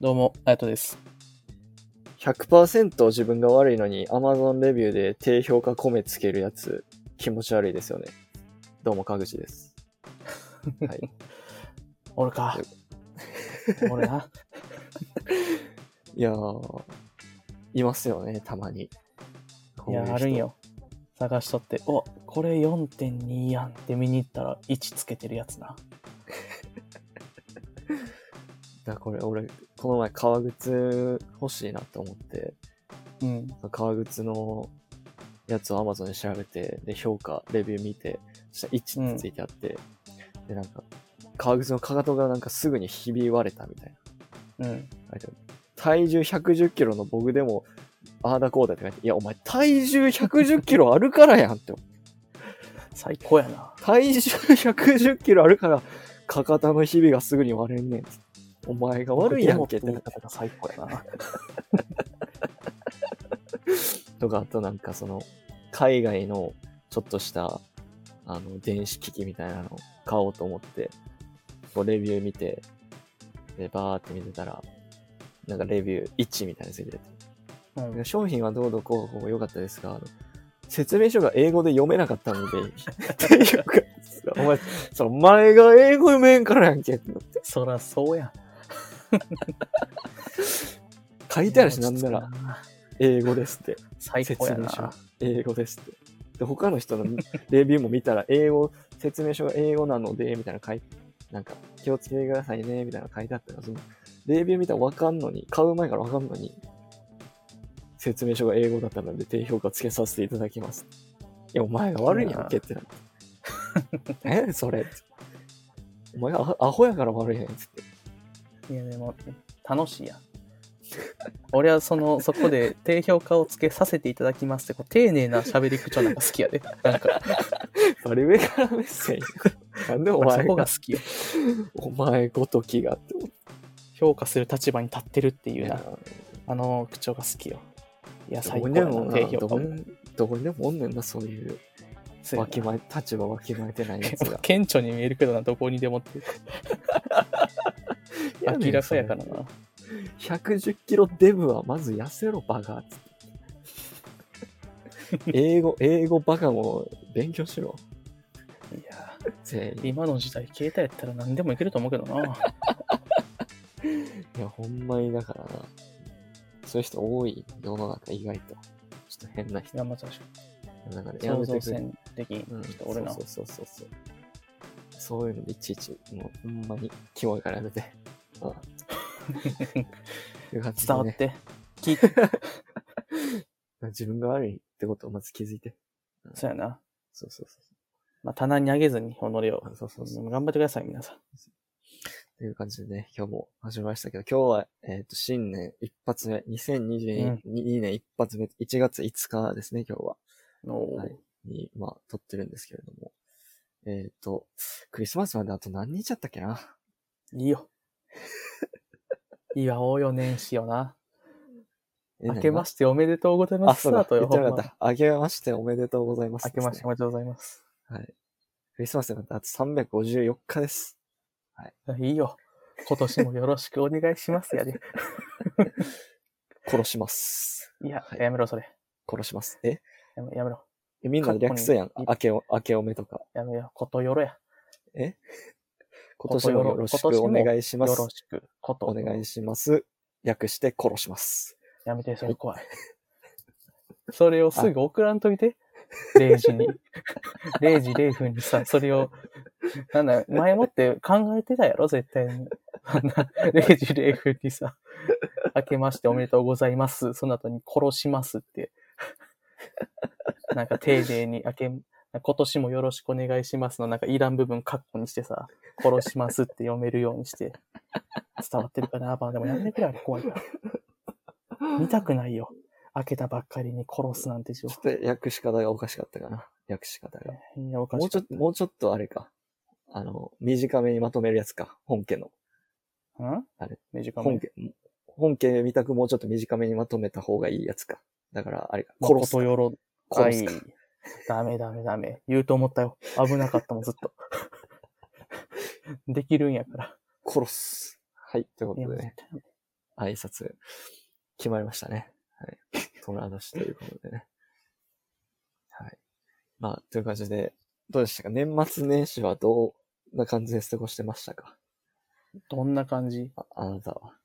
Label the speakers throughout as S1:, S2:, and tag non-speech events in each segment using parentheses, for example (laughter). S1: どうも、あやとです。
S2: 100%自分が悪いのに Amazon レビューで低評価米つけるやつ気持ち悪いですよね。どうも、かぐ
S1: (laughs)
S2: ちです。はい。
S1: 俺か。俺
S2: (laughs)
S1: な。
S2: いやー、いますよね、たまに。こ
S1: いう
S2: う
S1: や、
S2: 人
S1: あるん。よ。探しとって、おこれ4.2やんって見に行ったら1つけてるやつな。
S2: だからこれ、俺、この前革靴欲しいなと思って、
S1: うん。
S2: 革靴のやつを Amazon で調べて、で、評価、レビュー見て、そしたら1ってついてあって、で、なんか、革靴のかかとがなんかすぐにひび割れたみたいな。
S1: うん。
S2: 書いてある体重110キロの僕でも、ああだこうだって書いて、いや、お前体重110キロあるからやんって。
S1: 最高やな。
S2: 体重110キロあるから、かかとのひびがすぐに割れんねんっつって。お前が悪いやんけって
S1: 言い
S2: な
S1: 方が最高やな。
S2: とか、あとなんかその、海外のちょっとした、あの、電子機器みたいなのを買おうと思って、こうレビュー見て、で、バーって見てたら、なんかレビュー1みたいについてて、
S1: うん、
S2: 商品はどうどうこうこう良かったですが、あの説明書が英語で読めなかったので、っていうか、お前、そお前が英語読めんからやんけって。
S1: そらそうやん。
S2: 書いてあるし、なんなら、英語ですって。
S1: 最高や
S2: 説明
S1: な。
S2: 英語ですって。で、他の人のレビューも見たら、英語、説明書が英語なので、みたいな書いなんか、気をつけてくださいね、みたいな書いてあったら、その、レビュー見たらわかんのに、買う前からわかんのに、説明書が英語だったので、低評価つけさせていただきます。いや、お前が悪いんやんけってなって。えそれってお前がアアホやから悪いやんっつって。
S1: いや、でも、楽しいやん。俺はその、そこで低評価をつけさせていただきますって、こう丁寧な喋り口調なんか好きやで。なんか、
S2: バリ上から目線やん。 (laughs) なん (laughs) でお
S1: 俺そ
S2: 前
S1: こが
S2: が、
S1: 好きや。
S2: お前ごときがって思って
S1: 評価する立場に立ってるってい
S2: る
S1: うな。
S2: やん
S1: あの口調が好きよ。いや、
S2: ど
S1: 最
S2: こ
S1: 高
S2: に
S1: や
S2: でも
S1: な、
S2: な
S1: 低評
S2: ど
S1: 価
S2: こ
S1: も。
S2: にどこにでもおんねんな、そういう。
S1: そうや
S2: わ
S1: な
S2: きまえ、立場わきまえてないやつが。
S1: (laughs) 顕著に見えるけどな、どこにでもって。明らかやから
S2: いやね
S1: な。
S2: んそれ110キロデブはまず痩せろ、バカ。英語、英語バカも勉強しろ。
S1: いや、
S2: 全員。
S1: 今の時代、携帯やったら何でもいけると思うけど
S2: (laughs)
S1: な。
S2: いや、ほんまにだからな。そういう人多い、世の中意外と。ちょっと変な人。
S1: 山ちゃん、
S2: なんかね、や
S1: 想
S2: めて
S1: 像
S2: くれ。
S1: 戦的に
S2: うん、
S1: ちょっと俺な
S2: そ。うそうそうそう。そういうのでいちいち、もうほんまにキモいからやめて。うん。いう感じで
S1: (laughs) 伝わっ
S2: ね
S1: て。聞いて。
S2: 自分が悪いってことをまず気づいて。
S1: そうやな。
S2: そうそうそ
S1: まあ、棚にあげずに、己を
S2: う。。そうそうそう。っ
S1: 頑張ってください、皆さん。
S2: ていう感じでね、今日も始まりましたけど、今日は、えっ、と、新年一発目、2022年一発目、1月5日ですね、今日は。
S1: おー
S2: はいに、まあ、撮ってるんですけれども。えっ、と、クリスマスまであと何日だったっけない
S1: いよ。祝おうよ、年始よな。
S2: え
S1: 明けましておめでとうござい
S2: てあ、
S1: ます。
S2: そうだ、
S1: スタートよ
S2: 言って
S1: ほ
S2: な
S1: ん
S2: か
S1: ま
S2: った。明けましておめでとうございます
S1: 明け
S2: ですね、
S1: ましておめでとうございます。
S2: はい。クリスマスまであと354日です。
S1: いいよ。今年もよろしくお願いします
S2: (laughs)
S1: やで。
S2: 殺します。
S1: いや、
S2: はい
S1: やめろ、それ。
S2: 殺します。え
S1: やめやめろ。
S2: えみんな略すやん
S1: 過去に。
S2: 明けお、明けおめとか。
S1: やめよ。ことよろや。
S2: 今年もよろしくお願いしま
S1: よ
S2: す
S1: ろ。しく。こと。
S2: お願いします。略して殺します。
S1: やめて、それ怖
S2: (laughs)
S1: い。それをすぐ送らんといて。0時に。0時0分にさ、それを、なんだ、前もって考えてたやろ、絶対に。 (laughs) あんな0時0分にさ、明けましておめでとうございます。その後に殺しますって。なんか丁寧に明け、今年もよろしくお願いしますの、なんかいらん部分カッコにしてさ、殺しますって読めるようにして、伝わってるかな、まあでもやめてくれ、あれ怖いから。見たくないよ。開けたばっかりに殺すなんてしょ
S2: ちょっ。と訳し方がおかしかったかな。訳し方が。
S1: いや、おかし
S2: もう
S1: い
S2: ちょっと、もうちょっとあれか。あの、短めにまとめるやつか。本家の。
S1: ん
S2: あれ
S1: 短め
S2: 本。家、本家見たくもうちょっと短めにまとめた方がいいやつか。だから、あれか。殺
S1: 殺
S2: す
S1: とよ
S2: か。
S1: ろ。
S2: 殺すか。
S1: はいダメダメダメ。言うと思ったよ。危なかったもん、ずっと。 (laughs) できるんやから。
S2: 殺す。はい。というこ
S1: いや
S2: とでね。挨拶、決まりましたね。はい。その話ということでね。はい。まあ、という感じで、どうでしたか年末年始はどんな感じで過ごしてましたか
S1: どんな感じ、
S2: ああなたは。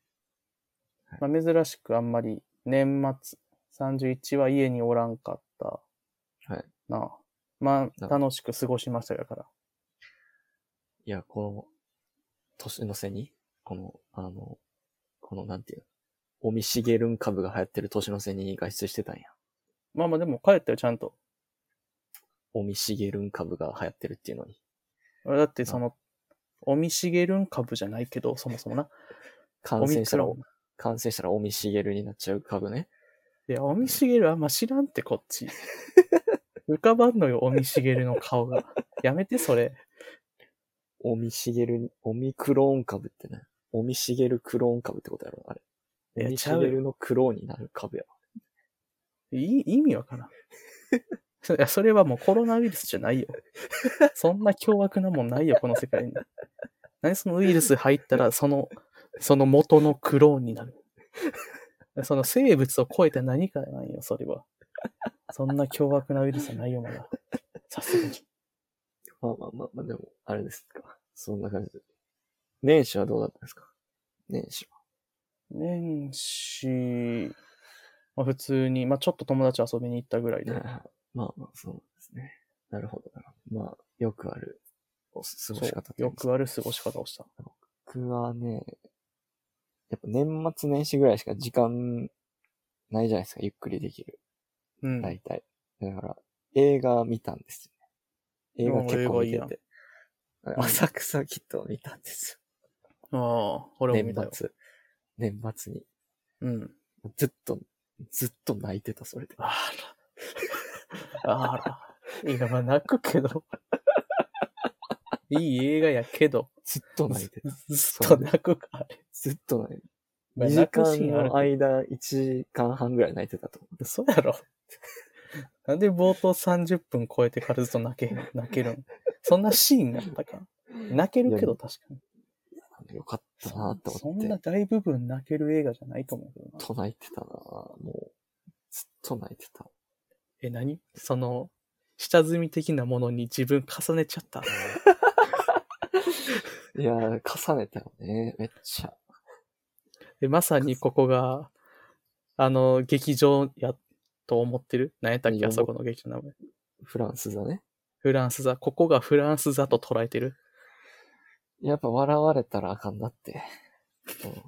S1: まあ、珍しくあんまり年末31は家におらんかった
S2: はい。
S1: なあ。まあ、
S2: な
S1: 楽しく過ごしましたから。
S2: いや、この、年の瀬に、この、あの、この、なんていうの、おみしげるん株が流行ってる年の瀬に外出してたんや。
S1: まあまあでも帰ったよ、ちゃんと。
S2: おみしげるん株が流行ってるっていうのに。
S1: 俺だってその、おみしげるん株じゃないけど、そもそもな。
S2: 感
S1: おみ
S2: 染した
S1: く
S2: ら
S1: ろ、ん。
S2: 感染したらおみしげるになっちゃう株ね。
S1: いや、おみしげるあんま知らんって、こっち。浮かばんのよ、おみしげるの顔が。やめて、それ。
S2: おみしげる、オミクローン株ってね。おみしげるクローン株ってことやろ、あれ。
S1: い
S2: お
S1: や
S2: みし
S1: ちゃ
S2: げ
S1: うよ
S2: るのクローンになる株や。
S1: い意味わからん。そいやそれはもうコロナウイルスじゃないよ。そんな凶悪なもんないよ、この世界に。何そのウイルス入ったら、その、その元のクローンになる。その生物を超えた何かなんよ、それは。そんな凶悪なウイルスはないよ、まだ。さすがに。
S2: まあまあまあまあ、でも、あれですか。そんな感じで。年始はどうだったんですか年始は。
S1: 年始、まあ、普通に、まあ、ちょっと友達遊びに行ったぐらいで。
S2: まあまあ、そうですね。なるほどな。まあ、よくある、お過
S1: そう
S2: ごし方
S1: よく
S2: ある。
S1: ある過ごし方をした。
S2: 僕はね、やっぱ年末年始ぐらいしか時間ないじゃないですか。ゆっくりできる。
S1: うん。
S2: 大体。だから、映画見たんですよ、ね。映
S1: う
S2: 画
S1: ん
S2: 結構見
S1: 映
S2: て
S1: 画いい
S2: て。浅草キッドを見たんです
S1: ああ、こ
S2: よ。
S1: れも
S2: 年
S1: 見たよ。
S2: 末。年末に。
S1: うん。
S2: ずっと、ずっと泣いてた、それで。
S1: あら。あら。いや、まあ、泣くけど。 (laughs) いい映画やけど。
S2: ずっと泣
S1: (laughs)
S2: いてた。
S1: ずっと泣くか、あれ。
S2: ずっと泣いて
S1: まあ
S2: た。2時
S1: 泣くシー
S2: 間
S1: ンある
S2: の間、1時間半ぐらい泣いてたと思う。
S1: そうやろ。なんで冒頭30分超えてからずっと泣けへん、泣けるんそんなシーンがあったか泣けるけど確かに。
S2: よかったなと
S1: そ
S2: 思っ
S1: ん
S2: て。ず
S1: な
S2: っ
S1: 大部分泣ける映画じゃないと思うけどな。
S2: と泣いてたなもう、ずっと泣いてた。
S1: え、何その、下積み的なものに自分重ねちゃった。
S2: いやー、重ねたよね。めっちゃ。
S1: で、まさにここが、あの、劇場や、と思ってる何やったっ
S2: い
S1: け
S2: や
S1: あそこの劇場の名前。
S2: フランスだね。
S1: フランス座。ここがフランス座と捉えてる。
S2: やっぱ笑われたらあかんなって。うん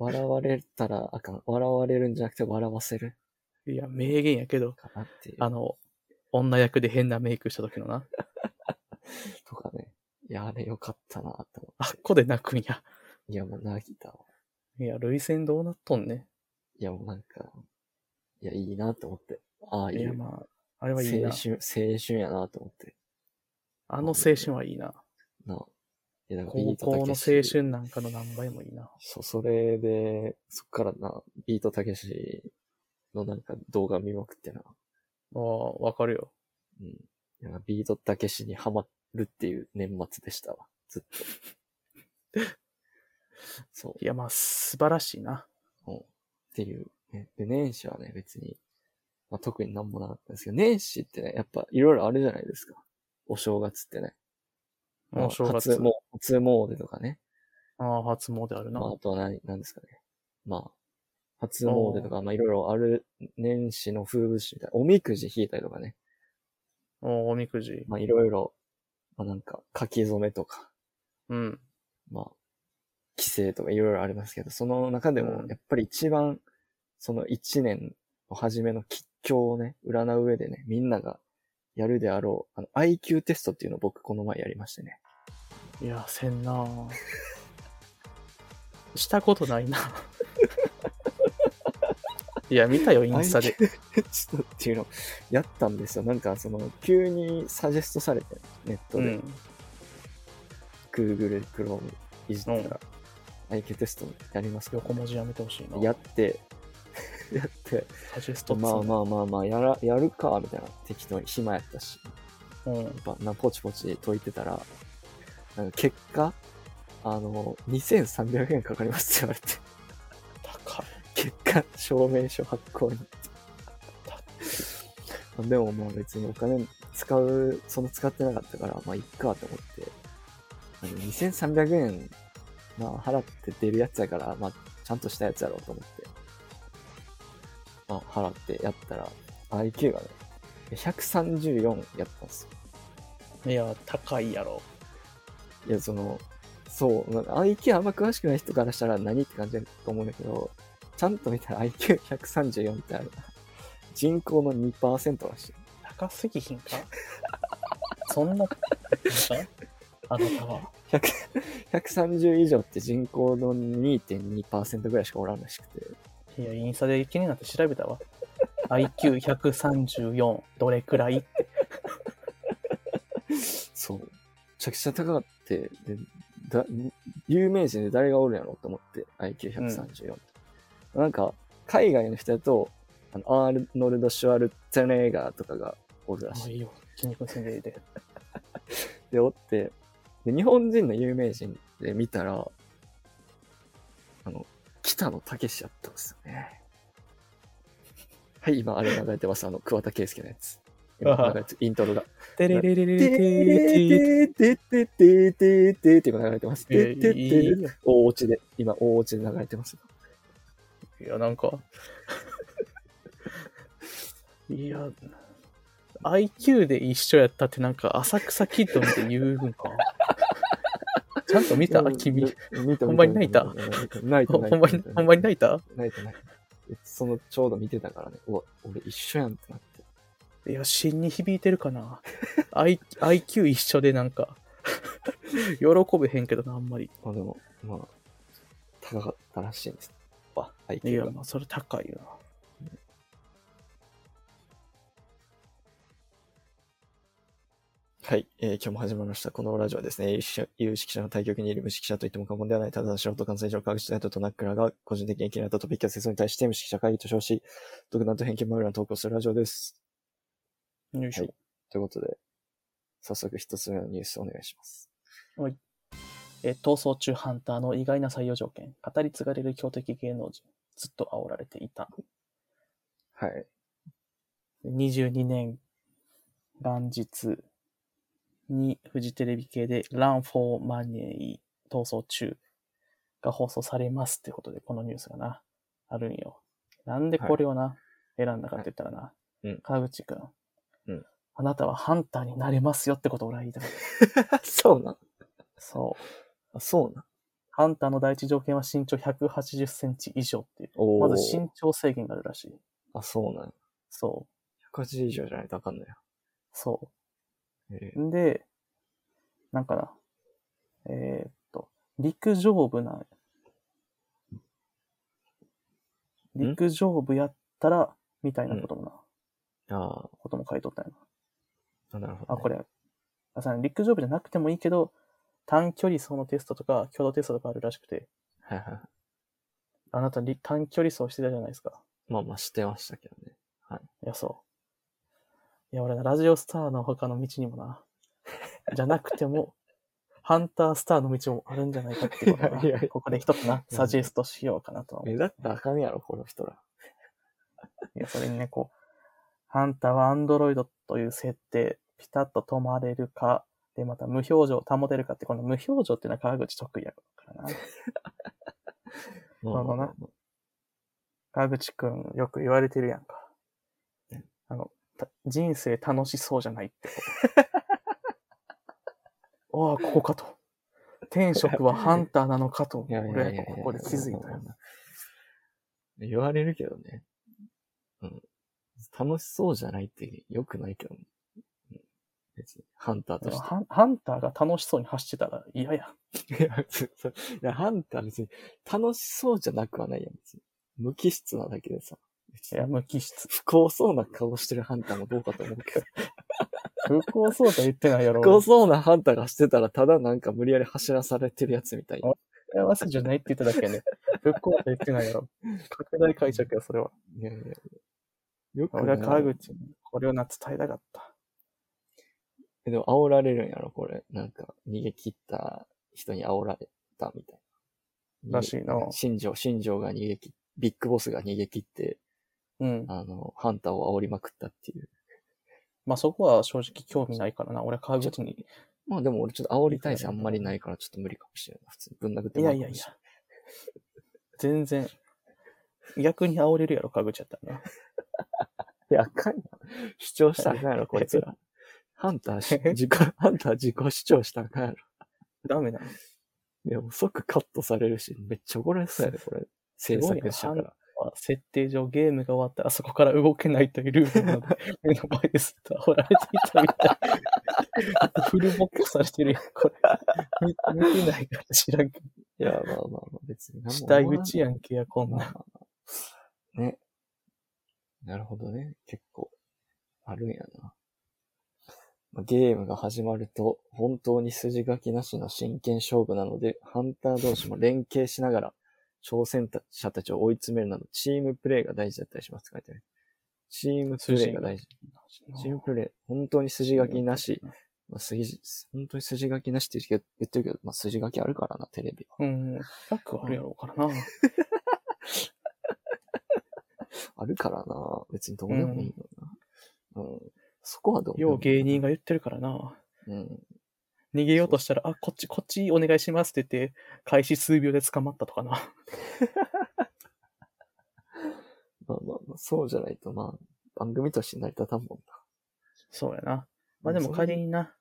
S2: 笑われたらあかん。笑われるんじゃなくて笑わせる
S1: いや、名言やけど、
S2: かなっていう。
S1: あの、女役で変なメイクした時のな。
S2: とかね。いや、あれよかったなって思
S1: あっこで泣くんや。
S2: う。いや、もう泣いたわ。
S1: いや、涙腺どうなっとんね。
S2: いや、もうなんか、いや、いいなと思って。ああ、い
S1: いや、
S2: う。
S1: まあ、あれ
S2: 青
S1: はいい
S2: 春、
S1: な
S2: 青。春やなと思って。
S1: あの青春はいいな。
S2: なあ。いや、なんかビ
S1: 高
S2: ートた
S1: 校の
S2: け
S1: 青
S2: し。
S1: 春なんかの何倍もいいな。
S2: そう、それで、そっからな、ビートたけしのなんか動画見まくってな。
S1: ああ、わかるよ。
S2: うん。いやビートたけしにハマるっていう年末でしたわ。ずっと。そう。
S1: いや、まあ、素晴らしいな。
S2: うんっていう、ね。で、年始はね、別に、まあ、特になんもなかったんですけど、年始ってね、やっぱいろいろあるじゃないですか。お正月ってね。
S1: もう正月。
S2: 初もう、初詣とかね。
S1: ああ、初詣あるな。
S2: まあ、あとは何、何ですかね。まあ、初詣とか、まあ、いろいろある、年始の風物詩みたいな。おみくじ引いたりとかね。
S1: おおみくじ。
S2: まあ、いろいろ、まあ、なんか、書き初めとか。
S1: うん。
S2: まあ、規制とかいろいろありますけど、その中でも
S1: うん、
S2: やっぱり一番、その一年の初めの吉祥をね、占う上でね、みんながやるであろう、あの、IQ テストっていうのを僕この前やりましてね。
S1: いや、せんな (laughs) あしたことない (laughs) な。いや、見たよ、インスタで。
S2: IQ テストっていうのをやったんですよ。なんか、その、急にサジェストされて、ネット
S1: う
S2: で、
S1: ん。
S2: Google、Chrome いじったら、IQ テストやりますか
S1: 横文字やめてほしいな。
S2: やって、 (laughs) やって、
S1: サジェストっつう
S2: まあ
S1: の
S2: まあまあまあ、やら、やるか、みたいな。適当に暇やったし。
S1: うん。
S2: やっぱなポチポチ解いてたら、なんか結果、あの、2300円かかりますって言われて。 (laughs) 結果、証明書発行になった。 (laughs) でもまあ別にお金使う、その使ってなかったから、まあいっかと思って、あの2300円、まあ払って出るやつやから、まあちゃんとしたやつやろうと思って、まあ払ってやったら、IQ がね、134やったんですよ。
S1: いや、高いやろ。
S2: いや、その、そう、まあ IQ あんま詳しくない人からしたら何って感じだと思うんだけど、ちゃんと見たら IQ134 ってあるな。人口の2%らしい。
S1: 高すぎひんかそんな、あなたは。
S2: (laughs) 100 130以上って人口の2.2%ぐらいしかおらんらしくて。
S1: いや、インスタで気になって調べたわ。IQ134、どれくらいって。
S2: そう。めちゃくちゃ高かって、でだ有名人で誰がおるんやろうと思って、IQ134、なんか、海外の人だと、あのアーノルド・シュワルツェネーガーとかがおるら
S1: あ
S2: しい。
S1: いいよ。筋肉せんでいいで。
S2: で、おって、で、日本人の有名人で見たら、あの、北野武やったんですよね。はい、今、あれ流れてます。あの、桑田佳祐のやつ。今流れてイントロが。
S1: てれれれれ
S2: て
S1: れれれ
S2: ーてーてーてーてーてーって今流れてます。て
S1: え
S2: ーてーてー
S1: いい
S2: てー大落ちで、今大落ちで流れてます。
S1: いや、なんか。 (laughs) いや、IQ で一緒やったってなんか浅草キッド見て言うん (laughs) か。ちゃんと見た君。
S2: 見た
S1: ほんまに泣いた
S2: 見た泣いた
S1: ほ
S2: 泣
S1: ほ
S2: いた
S1: んまに、ほんまに泣いた
S2: 泣いた泣いたそのちょうど見てたからね、うわ、俺一緒やんってなって。
S1: いや、芯に響いてるかな。I、IQ 一緒でなんか、 (laughs) 喜べへんけどな、あんまり。
S2: まあでも、まあ、高かったらしいんです。あ、
S1: い
S2: IQ
S1: や、
S2: が。
S1: まあ、それ高いよな。
S2: はい、えー今日も始まりました。このラジオはですね、有識者有識者の対局にいる無識者と言っても過言ではない、ただの素人感染症科学者とナックラが個人的に気になったトピックや説に対して無識者会議と称し、独断と偏見まみれの投稿するラジオです。
S1: よいしょ。
S2: はいということで、早速一つ目のニュースお願いします。
S1: えー逃走中ハンターの意外な採用条件。語り継がれる強敵芸能人。ずっと煽られていた。 (laughs)
S2: はい。
S1: 22年元日にフジテレビ系で Run for Money 逃走中が放送されますってことで、このニュースがな、あるんよ。なんでこれをな、選んだかって言ったらな、
S2: うん
S1: 川口くん、
S2: うん
S1: あなたはハンターになれますよってことを俺は言いたかった。
S2: そうなん
S1: そう。
S2: あ、そうなん
S1: ハンターの第一条件は身長180センチ以上っていう。
S2: お
S1: ま
S2: ー
S1: ず身長制限があるらしい。
S2: あ、そうなん
S1: そう。
S2: 180以上じゃないとあかんないよ。
S1: そう。
S2: えー
S1: んで、なんかな、えーっと、陸上部なん陸上部やったら、みたいなこともな、
S2: あ
S1: ことも書いとったよ
S2: あ、なるほど、
S1: な。あ、これ、あさ陸上部じゃなくてもいいけど、短距離走のテストとか、共同テストとかあるらしくて、
S2: はいはい。
S1: あなたり短距離走してたじゃないですか。
S2: まあまあ、知ってましたけどね。
S1: いや、そう。いや、俺な、ラジオスターの他の道にも
S2: (laughs)
S1: な、じゃなくても、ハンタースターの道もあるんじゃないかってことをない
S2: やいや
S1: ここで一つな、サジェストしようかなとは思
S2: 目
S1: う。
S2: 立ったらあかんやろ、この人ら。
S1: いや、それにね、こう、ハンターはアンドロイドという設定、ピタッと止まれるか、で、また無表情を保てるかって、この無表情っていうのは川口得意やからな。
S2: ま
S1: まあまあまあ川口くん、よく言われてるやんか
S2: うん。
S1: あの、た人生楽しそうじゃない
S2: (laughs)
S1: ってこと。ああ、ここかと。天職
S2: (laughs)
S1: はハンターなのかと、
S2: いやいやいやい
S1: 俺
S2: や
S1: はここで気づいたよ。
S2: 言われるけどね。うん。楽しそうじゃないって良くないけどね。うん別に、ハンター
S1: で
S2: と
S1: も
S2: して。
S1: ハンハンターが楽しそうに走ってたら嫌や。
S2: いや、そうそういやハンター別に楽しそうじゃなくはないやん、別に。無機質なだけでさ。別
S1: い
S2: に
S1: や、無機質。
S2: 不幸そうな顔してるハンターもどうかと思う (laughs) けど。
S1: 不幸そうとは言ってないやろ。
S2: 不幸そうなハンターがしてたら、ただなんか無理やり走らされてるやつみたいな。
S1: 幸せじゃないって言っただけやね。不幸とは言ってないやろ。拡大解釈や、それは。
S2: いやいやいやよく
S1: 俺は川
S2: ない
S1: 口にこれをな伝えたかった。
S2: えでも煽られるんやろ、これ。なんか、逃げ切った人に煽られたみたいな。
S1: らしいな
S2: 新庄、新庄が逃げ切っビッグボスが逃げ切って、
S1: うん。
S2: あの、ハンターを煽りまくったっていう。
S1: まあそこは正直興味ないからな。俺川口に。
S2: まあでも俺ちょっと煽り体制あんまりないからちょっと無理かもしれない。普通にぶん殴って
S1: い
S2: も
S1: や
S2: らう
S1: い
S2: か
S1: や
S2: も
S1: い
S2: し
S1: や
S2: れない。。
S1: 全然。逆に煽れるやろ、川口やったらな。
S2: いや、あかんよ。主張したらあかんやろ、こいつら。
S1: (laughs)
S2: ハンターし、自己、 (laughs) ハンター自己主張したらあかんやろ。
S1: ダメだ。
S2: いや、もう即カットされるし、めっちゃ怒られそうやで、これ。制
S1: ごいな
S2: 作したから。
S1: 設定上ゲームが終わったらそこから動けないというルールなので、目の前ですと煽られていたみたい。フルボッコされてるやん、これ。見見てないから知らんけど。
S2: いや、まあまあまあ、別に何
S1: 死
S2: も
S1: 体
S2: 思わ
S1: 打
S2: な
S1: ちやんけや、こんなん。
S2: (laughs) ね。なるほどね。結構、あるんやな。まあゲームが始まると、本当に筋書きなしの真剣勝負なので、ハンター同士も連携しながら、挑戦者たちを追い詰めるなど、チームプレイが大事だったりしますって書いてある。チームプレイが大事。チームプレイ、本当に筋書きなし。まあ、筋、本当に筋書きなしって言ってるけど、まあ、筋書きあるからな、テレビは。
S1: うん。ラックあるやろうからな。
S2: あるからな。別にどうでもいいよな。うん。そこはどうでもいい
S1: よう芸人が言ってるからな。
S2: うん。
S1: 逃げようとしたら、あ、こっち、こっちお願いしますって言って、開始数秒で捕まったとかな。
S2: まあまあまあ、そうじゃないと、まあ、番組として成り立たんもんな。
S1: (laughs) そうやな。まあでも仮にな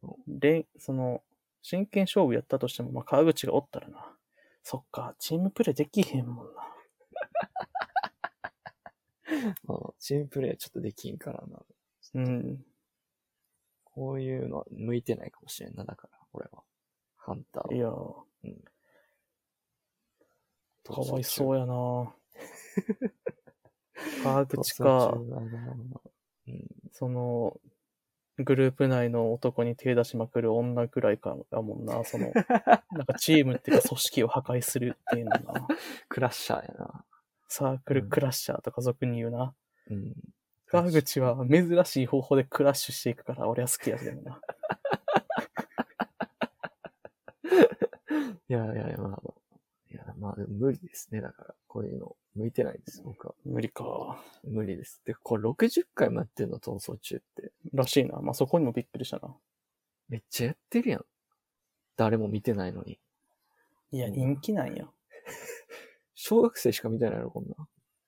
S2: そ、
S1: れん、その、真剣勝負やったとしても、まあ川口がおったらな、そっか、チームプレーできへんもんな。
S2: まあまあ、チームプレイはちょっとできんからな。
S1: うん。
S2: こういうのは向いてないかもしれんな、だから、俺は。ハンター
S1: い
S2: は
S1: やー、かわいそう
S2: や。
S1: や (laughs) な川
S2: 逃
S1: 口
S2: 走中
S1: か、
S2: だなうん。
S1: その、グループ内の男に手出しまくる女ぐらいかだもんな、そ (laughs) の、なんかチームっていうか組織を破壊するっていうのな。
S2: クラッシャーやな。
S1: サークルクラッシャーとか俗に言うな。
S2: うん。
S1: 川口は珍しい方法でクラッシュしていくから俺は好きやけどな。
S2: いやいやいや、まあまあ。いや、まあ、でも無理ですね。だから、こういうの、向いてないです、僕は。
S1: (laughs) 無理か。
S2: 無理です。で、これ60回もやってるの、逃走中って。
S1: らしいな。まあ、そこにもびっくりしたな。
S2: めっちゃやってるやん。誰も見てないのに。
S1: いや、
S2: うん
S1: 人気なんや。
S2: 小学生しか見てないの、こんな。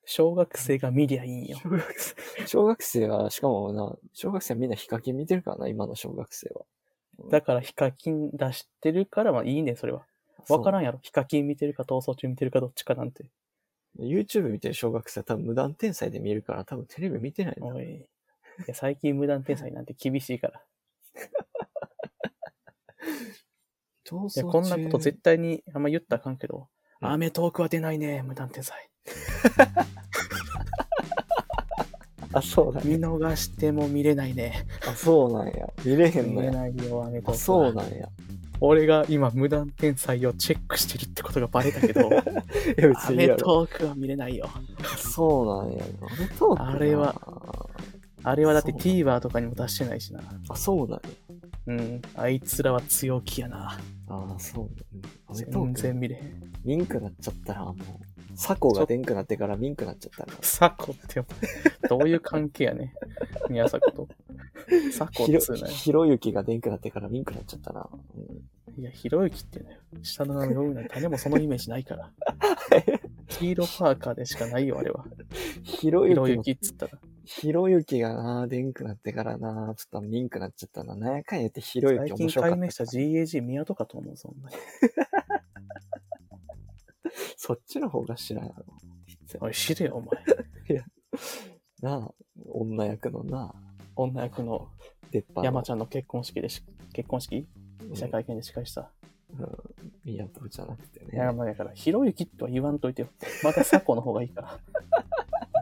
S1: 小学生が見りゃいいんよ。
S2: 小学生。小学生は、しかもな、小学生はみんなヒカキン見てるからな、今の小学生は。
S1: だから、ヒカキン出してるから、まあいいね、それは。わからん
S2: ん。
S1: やろ。ヒカキン見てるか、逃走中見てるか、どっちかなんて。
S2: YouTube 見てる小学生は多分無断転載で見るから、多分テレビ見てないんだ
S1: おい。いや、最近無断天才なんて厳しい (laughs) から。い
S2: 逃走
S1: や、
S2: 中。
S1: こんなこと絶対に、あんま言ったらあかんけど、
S2: うん
S1: アメトークは出ないね、無断天才。
S2: あ、そうなんや。
S1: 見逃しても見れないね。
S2: あ、そうなんや。見れへん
S1: 見
S2: の
S1: れ
S2: や。
S1: ないよ、アメトーク
S2: あ、
S1: は。
S2: そうなんや。
S1: 俺が今無断天才をチェックしてるってことがバレた (laughs) けど、
S2: いや、別
S1: ア
S2: にいい
S1: メ
S2: やろ。
S1: トークは見れないよ。
S2: そうなんや。あれトークな
S1: あれは。あれはだって
S2: そう
S1: TVer とかにも出してないしな。
S2: あ、そうなんや。
S1: うん。あいつらは強気やな。
S2: ああ、そうなんや。あれト
S1: 全
S2: ーク。
S1: 然見れへん。
S2: ミンクなっちゃったら、もう、サコがでんくなってからミンクなっちゃったら。
S1: サコってお前、どういう関係やね。 (laughs) 宮迫と。サコ
S2: ひ
S1: っ
S2: ろ
S1: つうなよ。
S2: ひろゆきがでんくなってからミンクなっちゃったな。うん
S1: いや、ひろゆきってね、下の名前読むなんて誰もそのイメージないから。黄色パーカーでしかないよ、あれは。
S2: (laughs) ひろ
S1: ひ
S2: ゆ
S1: ろ
S2: き
S1: ゆ
S2: も
S1: き、っつったら。
S2: ひろゆきがな、でんくなってからな、ちょっとミンクなっちゃったな。なんやかんや言ってひろゆき
S1: 最
S2: 面
S1: 近
S2: 白か
S1: 解
S2: っ
S1: 明した GAG 宮とかと思うぞ、お前。
S2: た。そっちの方が知らんやろ。
S1: おい、知れよ、お前。
S2: なあ、女役のな、
S1: 女役の
S2: 出っ歯の。
S1: 山ちゃんの結婚式でし、結婚式
S2: うん
S1: 記者会見で司会した。
S2: 宮とじゃなくてね。
S1: 山やから、ひろゆきとは言わんといてよ。また佐古の方がいい
S2: (laughs)
S1: から。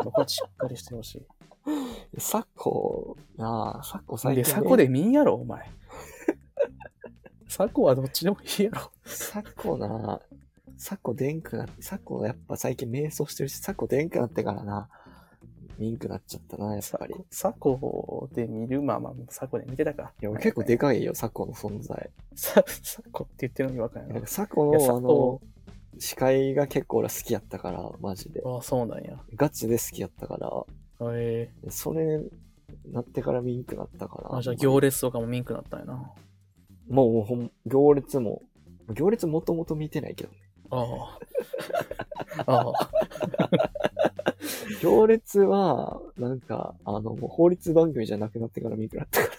S1: そこはしっかりしてほしい。
S2: サコ、なあ、サコ最
S1: で、
S2: 近、
S1: 佐古。で見んやろ、お前。佐古はどっちでもいいやろ。
S2: サコな、サコでんくなって、サコやっぱ最近迷走してるし、サコでんくなってからな、ミンクなっちゃったな、やっ
S1: 佐
S2: ぱり。
S1: 古佐古で見る、まあまあ、佐古で見てたか。
S2: いや、俺結構でかいよ、サコの存在。
S1: さ佐古って言ってるのにわからん
S2: なん
S1: ない
S2: か。サコ
S1: いや
S2: の、
S1: サ
S2: あ
S1: コ
S2: の、司会が結構俺は好きやったから、マジで。
S1: ああ、そうなんや。
S2: ガチで好きやったから、
S1: ええ
S2: それ、なってから見んくなったから。
S1: あ、じゃあ行列とかも見んくなったんやな。
S2: もうもうほん、行列も、行列もともと見てないけど、
S1: ああ。ああ。
S2: 行列は、なんか、あの、もう法律番組じゃなくなってから見んくなったか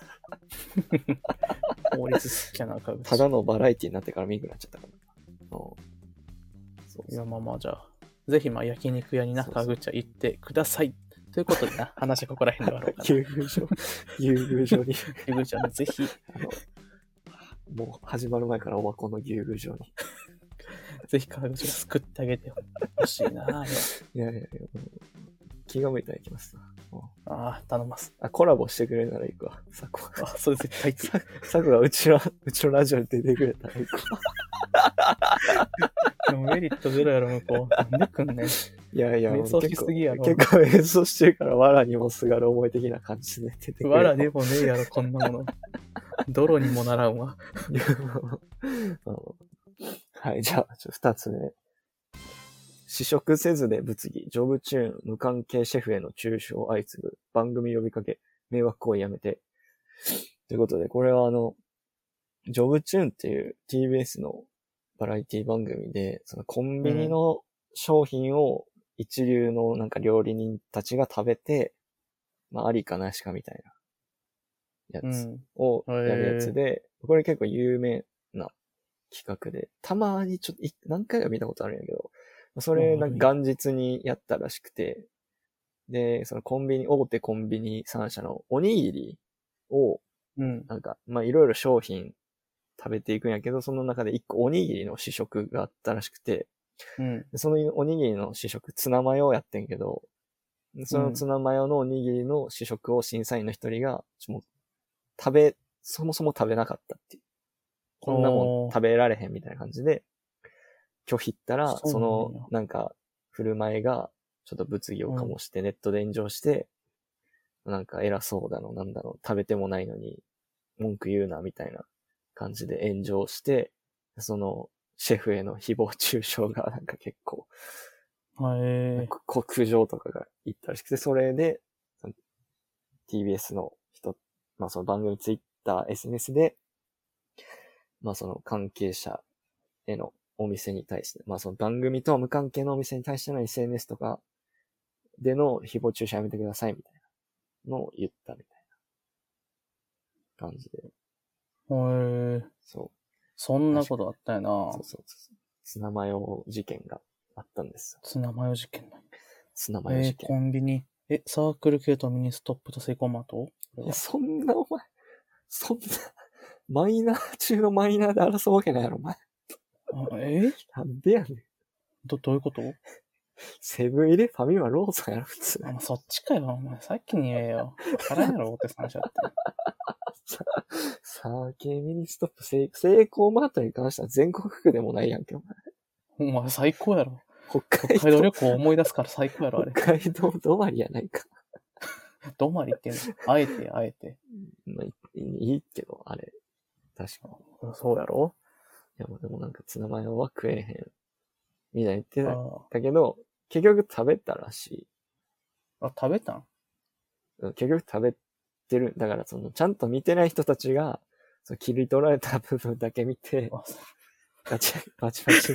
S2: ら、
S1: 法律好きやな、かぶ
S2: ただのバラエティになってから見んくなっちゃったから。うん。そう
S1: い
S2: そ
S1: や、
S2: う
S1: まあまあ、じゃあ、ぜひ、まあ、焼肉屋にな、
S2: そうそう
S1: 川口は行ってください。ということで (laughs) な、話はここら辺で終わろうかな。
S2: 優遇所、優遇所に、
S1: 川口はね、ぜひ、
S2: あの、もう始まる前からオワコンの優遇所に。
S1: ぜひ川口が救ってあげてほしいな。
S2: いやいやいや、もう気が向いたら行きますな。
S1: ああ、頼ます。
S2: あ、コラボしてくれるなら行くわ。サコ
S1: あ、それ絶対行く。
S2: サコがうちら、うちのラジオに出てくれたら行くわ。
S1: でもメリットゼロやろ、向こ (laughs) う。なんでくんねん。
S2: いやいや、
S1: 瞑想しすぎやろ
S2: 結構結構演奏してるから、わらにもすがる思い的な感じで出てくる。
S1: わらでもねえやろ、こんなもの。泥にもならんわ。
S2: (laughs) いやもうはい、じゃあ、ちょ二つ目。試食せずで物議、ジョブチューン、無関係シェフへの中傷相次ぐ、番組呼びかけ、迷惑行為やめて。ということで、これはあの、ジョブチューンっていう TBS のバラエティ番組で、そのコンビニの商品を一流のなんか料理人たちが食べて、まあ、ありかなしかみたいな
S1: う
S2: やつ
S1: ん。
S2: をやるやつで、これ結構有名な企画で、たまにちょっとい何回か見たことあるんやけど、それなんか元日にやったらしくて、で、そのコンビニ、大手コンビニ3社のおにぎりを、
S1: うん。
S2: なんか、まあいろいろ商品食べていくんやけど、その中で1個おにぎりの試食があったらしくて、
S1: うん。
S2: でそのおにぎりの試食、ツナマヨをやってんけど、そのツナマヨのおにぎりの試食を審査員の一人が、ちょもう食べ、そもそも食べなかったっていう。こんなも
S1: お
S2: ん
S1: ー
S2: 食べられへんみたいな感じで、拒否ったら、
S1: そ
S2: そう
S1: なんや
S2: の、なんか、振る舞いが、ちょっと物議を醸して、ネットで炎上して、なんか偉そうだの、なんだの、食べてもないのに、文句言うな、みたいな感じで炎上して、その、シェフへの誹謗中傷が、なんか結構、
S1: はいえ
S2: こ国上とかが行ったらしくて、それで、その TBS の人、まあその番組ツイッター、SNS で、まあその関係者へのお店に対して、まあその番組とは無関係のお店に対しての SNS とかでの誹謗中傷やめてくださいみたいなのを言ったみたいな感じで、
S1: ー。はいえー。
S2: そう、
S1: そんなことあったよな
S2: そうそう。そうそう。ツナマヨ事件があったんですよ。
S1: ツナマヨ事件なんや
S2: ツナマヨ
S1: え
S2: 事
S1: ー、
S2: 件。
S1: コンビニ。え、サークル系とミニストップとセイコーマート
S2: いや、そんなお前、そんな、マイナー中のマイナーで争うわけないやろ、お前。
S1: あえ
S2: なんでやねん。
S1: ど、どういうこと
S2: セブン入れファミマローソンやろ、普通。
S1: あそっちかよ、お前。さっきに言えよ。からんやろ、大手さんじゃって。
S2: さあ、ゲーミニストップ、セイセイコーマートに関しては全国区でもないやんけ、お
S1: お前、最高やろ。
S2: 前。北海
S1: 北海道
S2: 道、
S1: 旅行思い出すから最高やろ、あれ。
S2: 北海道止まりやないか。
S1: どまりっていうの。あえて、あえて。
S2: まあ、いいいいけど、あれ。確かに。い
S1: そうやろ
S2: や、でもなんかツナマヨは食えへん。みたいな言って
S1: あ
S2: た。だけど、結局食べたらしい。
S1: ーあ、食べたん
S2: うん結局食べてる。だから、その、ちゃんと見てない人たちが、その切り取られた部分だけ見
S1: (laughs)
S2: て、
S1: あそう
S2: バチバチバチ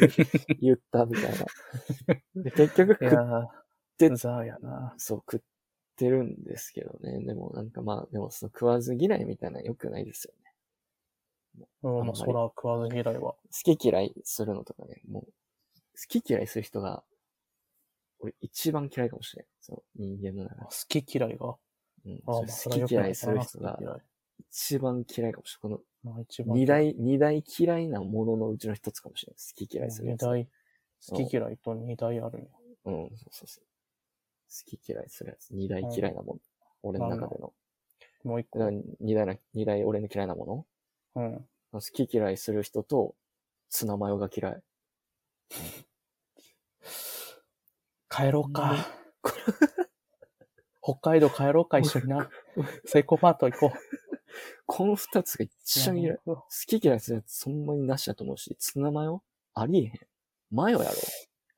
S2: に言ったみたい
S1: (laughs)
S2: な。で結局
S1: い
S2: 食
S1: や
S2: っ、て
S1: うざやな。
S2: そう、食ってるんですけどね。でも、なんかまあ、でも、その食わず嫌いみたいなの良くないですよね。
S1: うん、ま
S2: あん
S1: あ、
S2: まり
S1: そら食わず嫌いは。
S2: 好き嫌いするのとかね、もう、好き嫌いする人が、俺一番嫌いかもしれん。そう、人間の中
S1: 好き嫌いが。
S2: で。うん、
S1: あーまあ、そ
S2: そ
S1: らよく
S2: れ好き
S1: な
S2: 嫌
S1: い
S2: いする
S1: な
S2: 人が
S1: 好き嫌い
S2: 一番嫌いかもしれん。この
S1: まあ、一番。
S2: 二大、二大嫌いなもののうちの一つかもしれない。好き嫌いするや
S1: 二
S2: つ。
S1: 大。好き嫌いと二大あるんや
S2: うん、そうそうそう。好き嫌いするやつ。二大嫌いなもの。俺の中での。
S1: もう一
S2: だか
S1: 個。
S2: ら二大な、二大俺の嫌いなも
S1: うん。
S2: の。好き嫌いする人と、ツナマヨが嫌い。
S1: 帰ろう
S2: うん
S1: か。 (laughs) 北海道帰ろうか、一緒にな。セイコーマート行こう。
S2: この二つが一番嫌い。好き嫌いするやつ、そんなになしだと思うし、ツナマヨありえへん。マヨやろ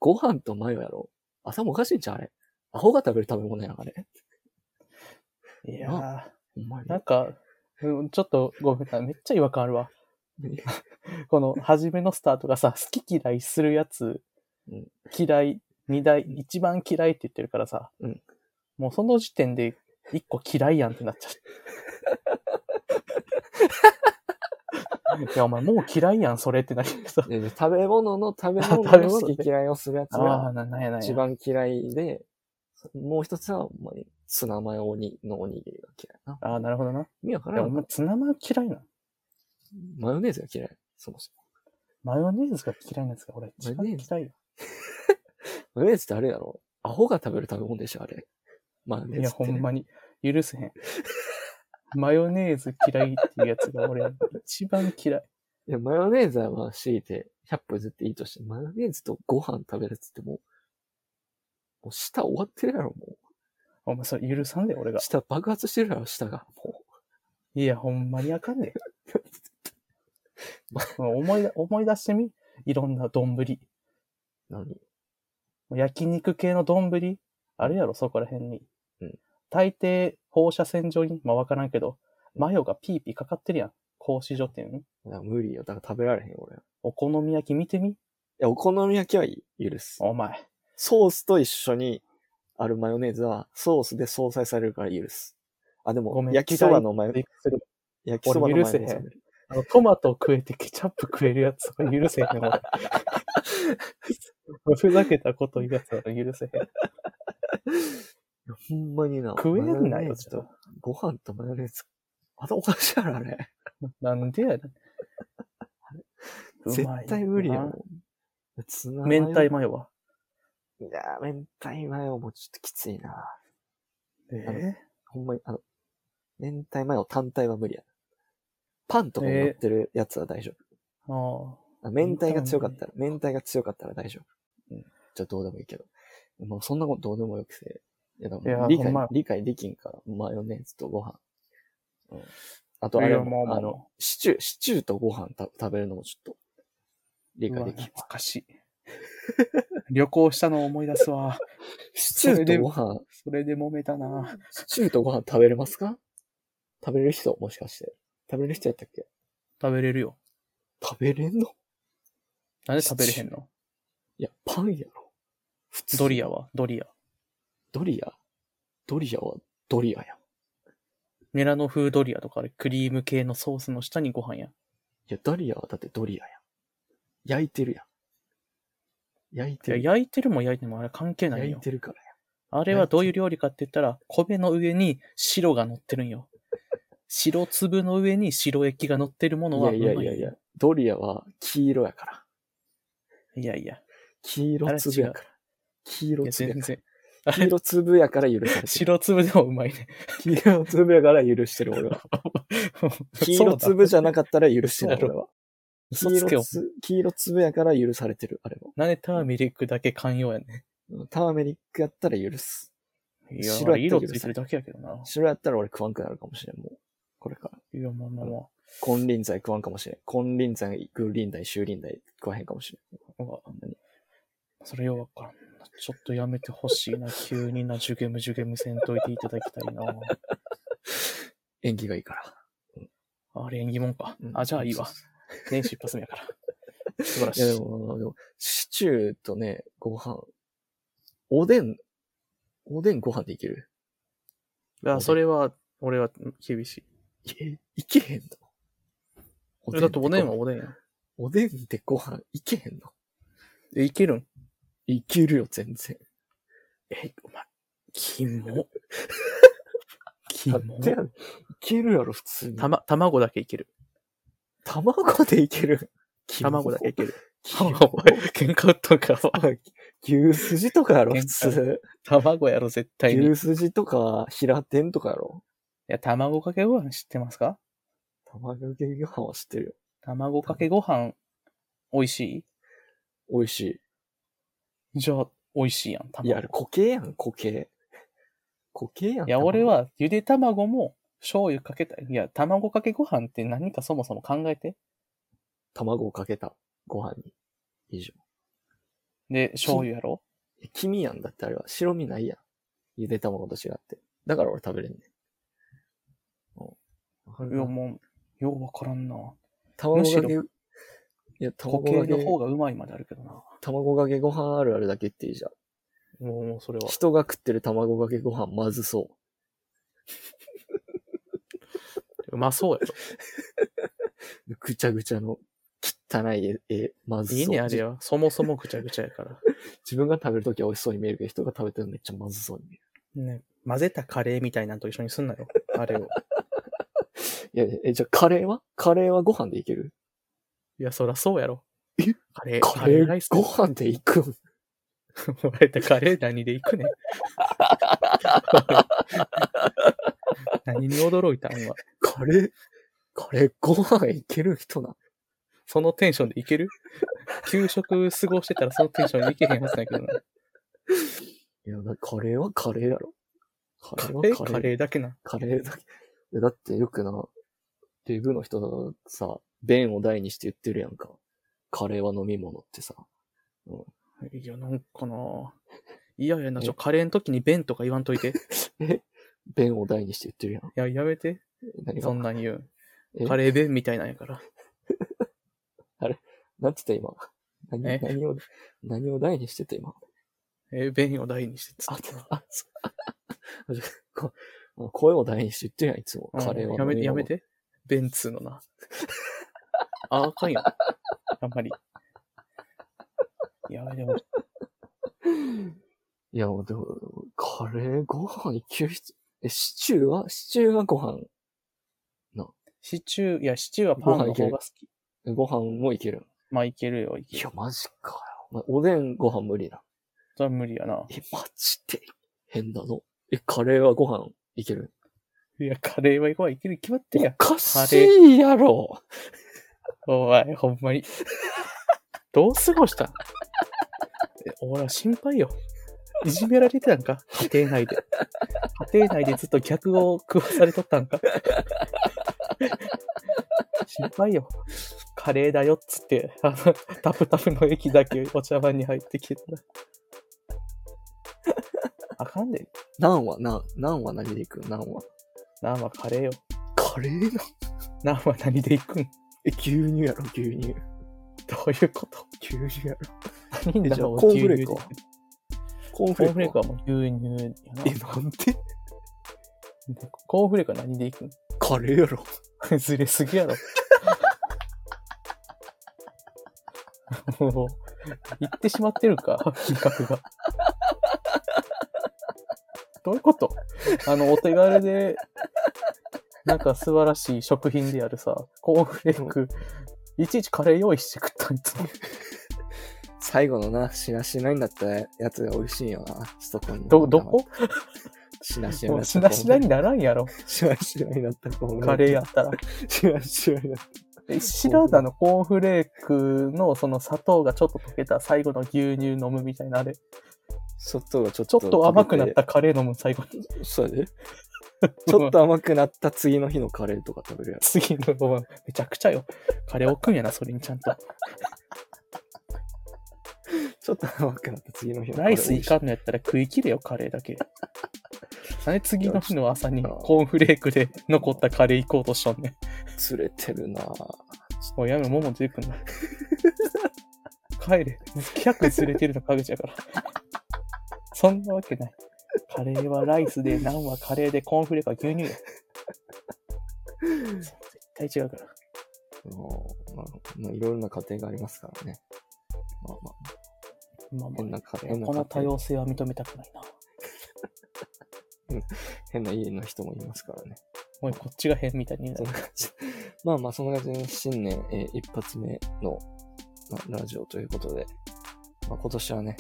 S2: ご飯とマヨやろ朝もおかしいんちゃうあれ。アホが食べる食べ物やん、あれ。
S1: いやー、
S2: ほんま
S1: なんか、うんちょっとごめんな、めっちゃ違和感あるわ。
S2: に。
S1: この、初めのスタートがさ、好き嫌いするやつ
S2: うん、
S1: 嫌い、二大、一番嫌いって言ってるからさ、
S2: うん
S1: もうその時点で、一個嫌いやんってなっちゃ
S2: (laughs)
S1: う。いや、お前もう嫌いやん、それってなりそう。
S2: でで食べ物の食べ
S1: (laughs) あ食
S2: 物
S1: べ
S2: の
S1: 物
S2: 好
S1: ね
S2: き嫌いをするやつ
S1: ああ、
S2: が
S1: ななんやなん
S2: 一
S1: や。
S2: 番嫌いで、もう一つは、ほんまにツナマヨおにのおにぎりが嫌いな。
S1: ああ、なるほどな。い
S2: 意味わから
S1: や、お
S2: んよ
S1: 前ツナマヨ嫌いなの。
S2: マヨネーズが嫌い。そもそ
S1: マヨネーズが嫌いなんですか俺、一
S2: マ
S1: 番嫌
S2: ヨネー
S1: い
S2: ズ
S1: よ。
S2: も。マヨネーズってあれやろアホが食べる食べ物でしょ、あれ。マヨネーズって、
S1: いや、
S2: ね。
S1: ほんまに、許せへ
S2: (laughs)
S1: ん。マヨネーズ嫌いっていうやつが俺、一番嫌い。
S2: いや、マヨネーズはまあ強いて100歩譲っていいとして、マヨネーズとご飯食べるやつってもう、もう舌終わってるやろ、も
S1: お前、それ許さんで、俺
S2: う。
S1: が。
S2: 舌爆発してるやろ、舌が。も
S1: いや、ほんまにあかん
S2: (laughs)
S1: で
S2: ま。
S1: 思い出思い出してみいろんな丼。
S2: う、何
S1: 焼肉系の丼あるやろ、そこら辺に。
S2: うん
S1: 大抵、放射線上に、まあわからんけど、マヨがピーピーかかってるやん。格子状っていうの
S2: いや無理よ。だから食べられへんよ、俺。い
S1: お好み焼き見てみ
S2: や、お好み焼きはいい許す。
S1: お前。
S2: ソースと一緒にあるマヨネーズは、ソースで相殺されるから許す。あ、で
S1: ご
S2: も
S1: め、ん
S2: 焼きそばのマヨ
S1: びっくり
S2: 焼きそばのマヨ
S1: 俺許せ
S2: ネ
S1: へん
S2: ーズは無理。
S1: あの、トマトを食えてケチャップ食えるやつは許せへん俺。ふざけたこと言うやつは許せへん。
S2: いやほんまにな。
S1: 食えんな
S2: マヨネー
S1: よ、
S2: ズ
S1: ちょっ
S2: とご飯とマヨネーズ。またおかしいやろ、あれ。
S1: と。なんでやねん。
S2: 絶対無理
S1: や
S2: よ。ツナマヨ
S1: 明太マヨは。
S2: いやー、明太マヨもちょっときついな。
S1: え
S2: ほんまに、あの、明太マヨ単体は無理やな。パンとかに乗ってるやつは大丈
S1: ー、あ
S2: 夫。あ明太が強かったら、明太が強かったら大丈夫。うん。じゃあどうでもいいけど。もうそんなことどうでもよくて。いや、だからもう
S1: いや
S2: 理解、
S1: ほんま
S2: 理解できんから、マヨネーズとご飯。うん。あと
S1: あ。
S2: あ
S1: い
S2: れ
S1: や、
S2: も、
S1: もう、
S2: あの、シチュー、シチューとご飯た食べるのもちょっと、理
S1: うわ
S2: 解できん
S1: 懐。かしい。旅行したの思い出すわ。
S2: シチューとご飯、
S1: それで揉めたな。
S2: シチューとご飯食べれますか食べれる人もしかして。食べれる人やったっけ
S1: 食べれるよ。
S2: 食べれんの
S1: なんで食べれへんの
S2: いや、パンやろ。普通。
S1: ドリアはドリア。
S2: ドリアドリアはドリアやん。い
S1: ミラノ風ドリアとかでクリーム系のソースの下にご飯や。
S2: や、ドリアはだってドリアやん。焼いてるやん。焼い
S1: い
S2: て
S1: や
S2: る。
S1: 焼いてるも焼いてもあれ関係ない
S2: 焼
S1: よ
S2: い。てるからや
S1: あれはどういう料理かって言ったら、米の上に白が乗ってるんよ。白粒の上に白液が乗ってるものはうまい。
S2: ん。いやいやいやいや。。ドリアは黄色やから。
S1: いやいや。
S2: 黄色粒やから。黄
S1: い
S2: 色
S1: や
S2: 粒や
S1: 全
S2: から。
S1: 然。あ
S2: 黄
S1: れ、
S2: (laughs) 色粒やから許されて
S1: (laughs)
S2: る。
S1: 白粒でもうまいね。
S2: 黄色粒やから許してる
S1: (laughs)
S2: 俺は。黄色粒じゃなかったら許してない俺は。
S1: そう
S2: 黄
S1: だ嘘つけ
S2: 色
S1: よ。
S2: つ、黄色つぶやから許されてる、あれ
S1: なんでターメリックだけ寛容やね
S2: は。ターメリックやったら許す。
S1: ん。いや、
S2: 白
S1: 白
S2: やった
S1: 色
S2: けど
S1: ついてるだけやけどな。
S2: 白やったら俺食わんくなるかもしれん、もう。これから。
S1: いや、まあまあまあ。
S2: 金輪際食わんかもしれん。金輪際、グ輪際、修輪際食わへんかもし
S1: うわそれようわかんな。ちょっとやめてほしいな。急にな、ジュゲムジュゲムせんといていただきたいな。
S2: れん。演技がいいから。
S1: あれ、縁起もんか
S2: う。ん
S1: あ、じゃあいいわ。。年始一発目やから。 (laughs) 素晴ら
S2: い
S1: し
S2: や
S1: い
S2: で。も、でもシチューとね、ご飯。おでん、おでんご飯でいける
S1: いや、それは、俺は厳しい。
S2: え、いけへんのお
S1: だっておでんは
S2: ご飯
S1: おでんやん。
S2: おでんってご飯いけへんの
S1: え、いけるん
S2: いけるよ、全然。
S1: え、お前、キモ。キ
S2: だっ
S1: モ
S2: て。いけるやろ、普通に。
S1: たま、卵だけいける。
S2: 卵でいける。
S1: 卵だけい (laughs) ける。
S2: 卵。
S1: 喧嘩売っとんか。
S2: (laughs) 牛すじとかやろ、
S1: 喧嘩
S2: 普通。
S1: (laughs) 卵やろ、絶対に。い
S2: 牛すじとか、平天とかやろ。
S1: や、卵かけご飯知ってますか
S2: 卵系ご飯は知ってるよ。
S1: 卵かけご飯、美味し
S2: 美味し
S1: いじゃあ、美味しいやん、
S2: い。
S1: 卵。
S2: いや、あれ固形やん、固形。固形やん。
S1: いや、
S2: 卵
S1: 俺。は、ゆで卵も、醤油かけたい。いや、卵かけご飯って何かそもそも考えて。
S2: 卵をかけた。ご飯に。以上。
S1: で、醤油やろ
S2: 黄身やんだってあれは。白身ないやん。ゆで卵と違って。だから俺食べれんねん。うんわか
S1: い
S2: る
S1: や、
S2: な
S1: もう、ようわからんな。
S2: 卵
S1: むし
S2: か
S1: ろ
S2: け、いや、
S1: 固
S2: 卵
S1: 形
S2: かけ
S1: の、方がうまいまであるけどな。
S2: 卵かけご飯あるあるだけっていいじゃん。
S1: もう、もうそれは。
S2: 人が食ってる卵かけご飯まずそう
S1: まそう (laughs) やろ。
S2: う。ぐちゃぐちゃの汚い絵、絵まずそう。
S1: いいね、あれ
S2: じ
S1: は。そもそもぐちゃぐちゃやから。
S2: 自分が食べるときは美味しそうに見えるけど、人が食べてるのめっちゃまずそうに見える。
S1: ね、混ぜたカレーみたいなんと一緒にすんなよ。あれを。
S2: いやいや、え、じゃあカレーはカレーはご飯でいける
S1: (laughs) いや、そらそうやろ。
S2: え
S1: カレー、
S2: カレ
S1: ライ
S2: ー
S1: ス
S2: ご飯でいくん
S1: お前ってカレー何で行く (laughs) ねん何に驚いたんは。
S2: (laughs) カレー、カレーご飯いける人な。
S1: そのテンションでいける給食過ごしてたらそのテンションでいけへんはずだけどな。
S2: いや、だカレーはカレーやろ。カレ
S1: カ
S2: ー
S1: レー
S2: は
S1: カ
S2: カレー。
S1: レーだけな。
S2: カレーだけ。いやだってよくな、デブの人がさ、便を大にして言ってるやんか。カレーは飲み物ってさ。
S1: いや、なんかな嫌ややな、ちょ、カレーの時に弁とか言わんといて。い
S2: え便を大にして言ってるやん。
S1: や、やめて。
S2: 何
S1: そん
S2: が
S1: なん言う
S2: え
S1: ん。カレー弁みたいなんやから。
S2: なんて言った今。
S1: え
S2: 何何を、何を大にしてた今。
S1: え、弁を大にしてつ
S2: あ
S1: っ、
S2: あ、そこ声を大にして言ってるやん、いつも。
S1: うん
S2: カレーは
S1: や
S2: 飲み
S1: め
S2: 物。
S1: て、やめて。弁っつうの
S2: (laughs)
S1: な。あ、あかんよ。あんまり。いや、でも、
S2: いや、もうでも、カレーご飯いける人、え、シチューはシチューはご飯。
S1: シチュー、いや、シチューはパンの方が好き。
S2: ご飯もいける。
S1: まあ、いけるよ、い
S2: い
S1: ける。
S2: や、マジかよ。まおでんご飯無理な。
S1: それは無理やな。
S2: え、マジで変だぞ。え、カレーはご飯いける
S1: いや、カレーははいけるに決まってるやん。
S2: おかしいやろ。
S1: おい、ほんま
S2: (laughs)
S1: に。どう過ごしたんえ俺は心配よ。いじめられてたんか家庭内で。家庭内でずっと逆を食わされとったんか心配よ。カレーだよっつって、あの、タプタプの液だけお茶碗に入ってきてたら。あかんで。
S2: ナンは、ナン、ナンは何でいくナンは。
S1: ナンはカレーよ。
S2: カレーな
S1: ナンは何で行くん
S2: え、牛乳やろ、牛乳。
S1: どういうこと
S2: 牛乳やろ。
S1: 何
S2: え、
S1: だ
S2: じゃあ、
S1: ろう
S2: コーンフレークはコーン
S1: コーンフレーク
S2: は
S1: はもう牛乳やな
S2: え、なんで
S1: コーンフレークは何でいく (laughs) ん
S2: カレーやろ。
S1: ずれすぎやろ。もう、言ってしまってるか、味覚が。どういうことあの、お手軽で、なんか素晴らしい食品であるさ、コーンフレーク、いちいちカレー用意して食ったんいつも。
S2: 最後のな、しなしなになったやつが美味しいよな、そこに。
S1: ど、どこ
S2: しなしな
S1: も
S2: にな
S1: う
S2: った
S1: し
S2: コーン
S1: なしなにならんやろ、
S2: しわしわになったコーンフレーク
S1: カレーや。ったら。
S2: しわしわになった。
S1: え白田のコーンフレークのその砂糖がちょっと溶けた最後の牛乳飲むみたいなあれ。ち
S2: 外がちょっ
S1: ょ
S2: と。
S1: っと甘くなったカレー飲む最後に。
S2: そうやで。ちょっと甘くなった次の日のカレーとか食べるやつ。
S1: 次のご飯めちゃくちゃよ。カレー置くんやな、それにちゃんと。
S2: ちょっと甘くなった次の日のカレー。
S1: ライスいかんのやったら食い切れよ、カレーだけ。
S2: (laughs)
S1: なんで次の日の朝にコーンフレークで残ったカレー行こうとしとんねん。
S2: ずれてるなぁ
S1: おいやめろ、もも出てくんな。帰れ。100ずれてるの影ちゃから。そんなわけない。カレーはライスで、ナンはカレーで、コーンフレークは牛乳や。絶対違うから。
S2: もうまあ、まあ、いろいろな家庭がありますからね。まあまあ、
S1: まあま
S2: 変な家
S1: あ、
S2: 変な
S1: この
S2: 家
S1: 多
S2: 庭
S1: 様性は認めたくないな。
S2: 変な家の人もいますからね。
S1: おい、こっちが変みたいに言う
S2: そん
S1: な。
S2: な感じ。 (laughs) まあまあ、そんな感じで新年、えー一発目の、まあラジオということで、まあ、今年はね、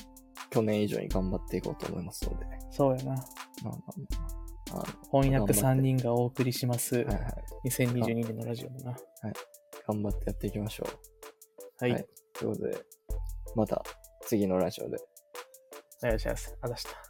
S2: 去年以上に頑張っていこうと思いますので、
S1: そうやな。
S2: まあまあまあ、
S1: 翻訳3人がお送りします
S2: あの、。はいはい、
S1: 2022年のラジオもな。
S2: 頑張ってやっていきましょう。
S1: はい。
S2: はいということで、また次のラジオで。
S1: お願いします。あざした。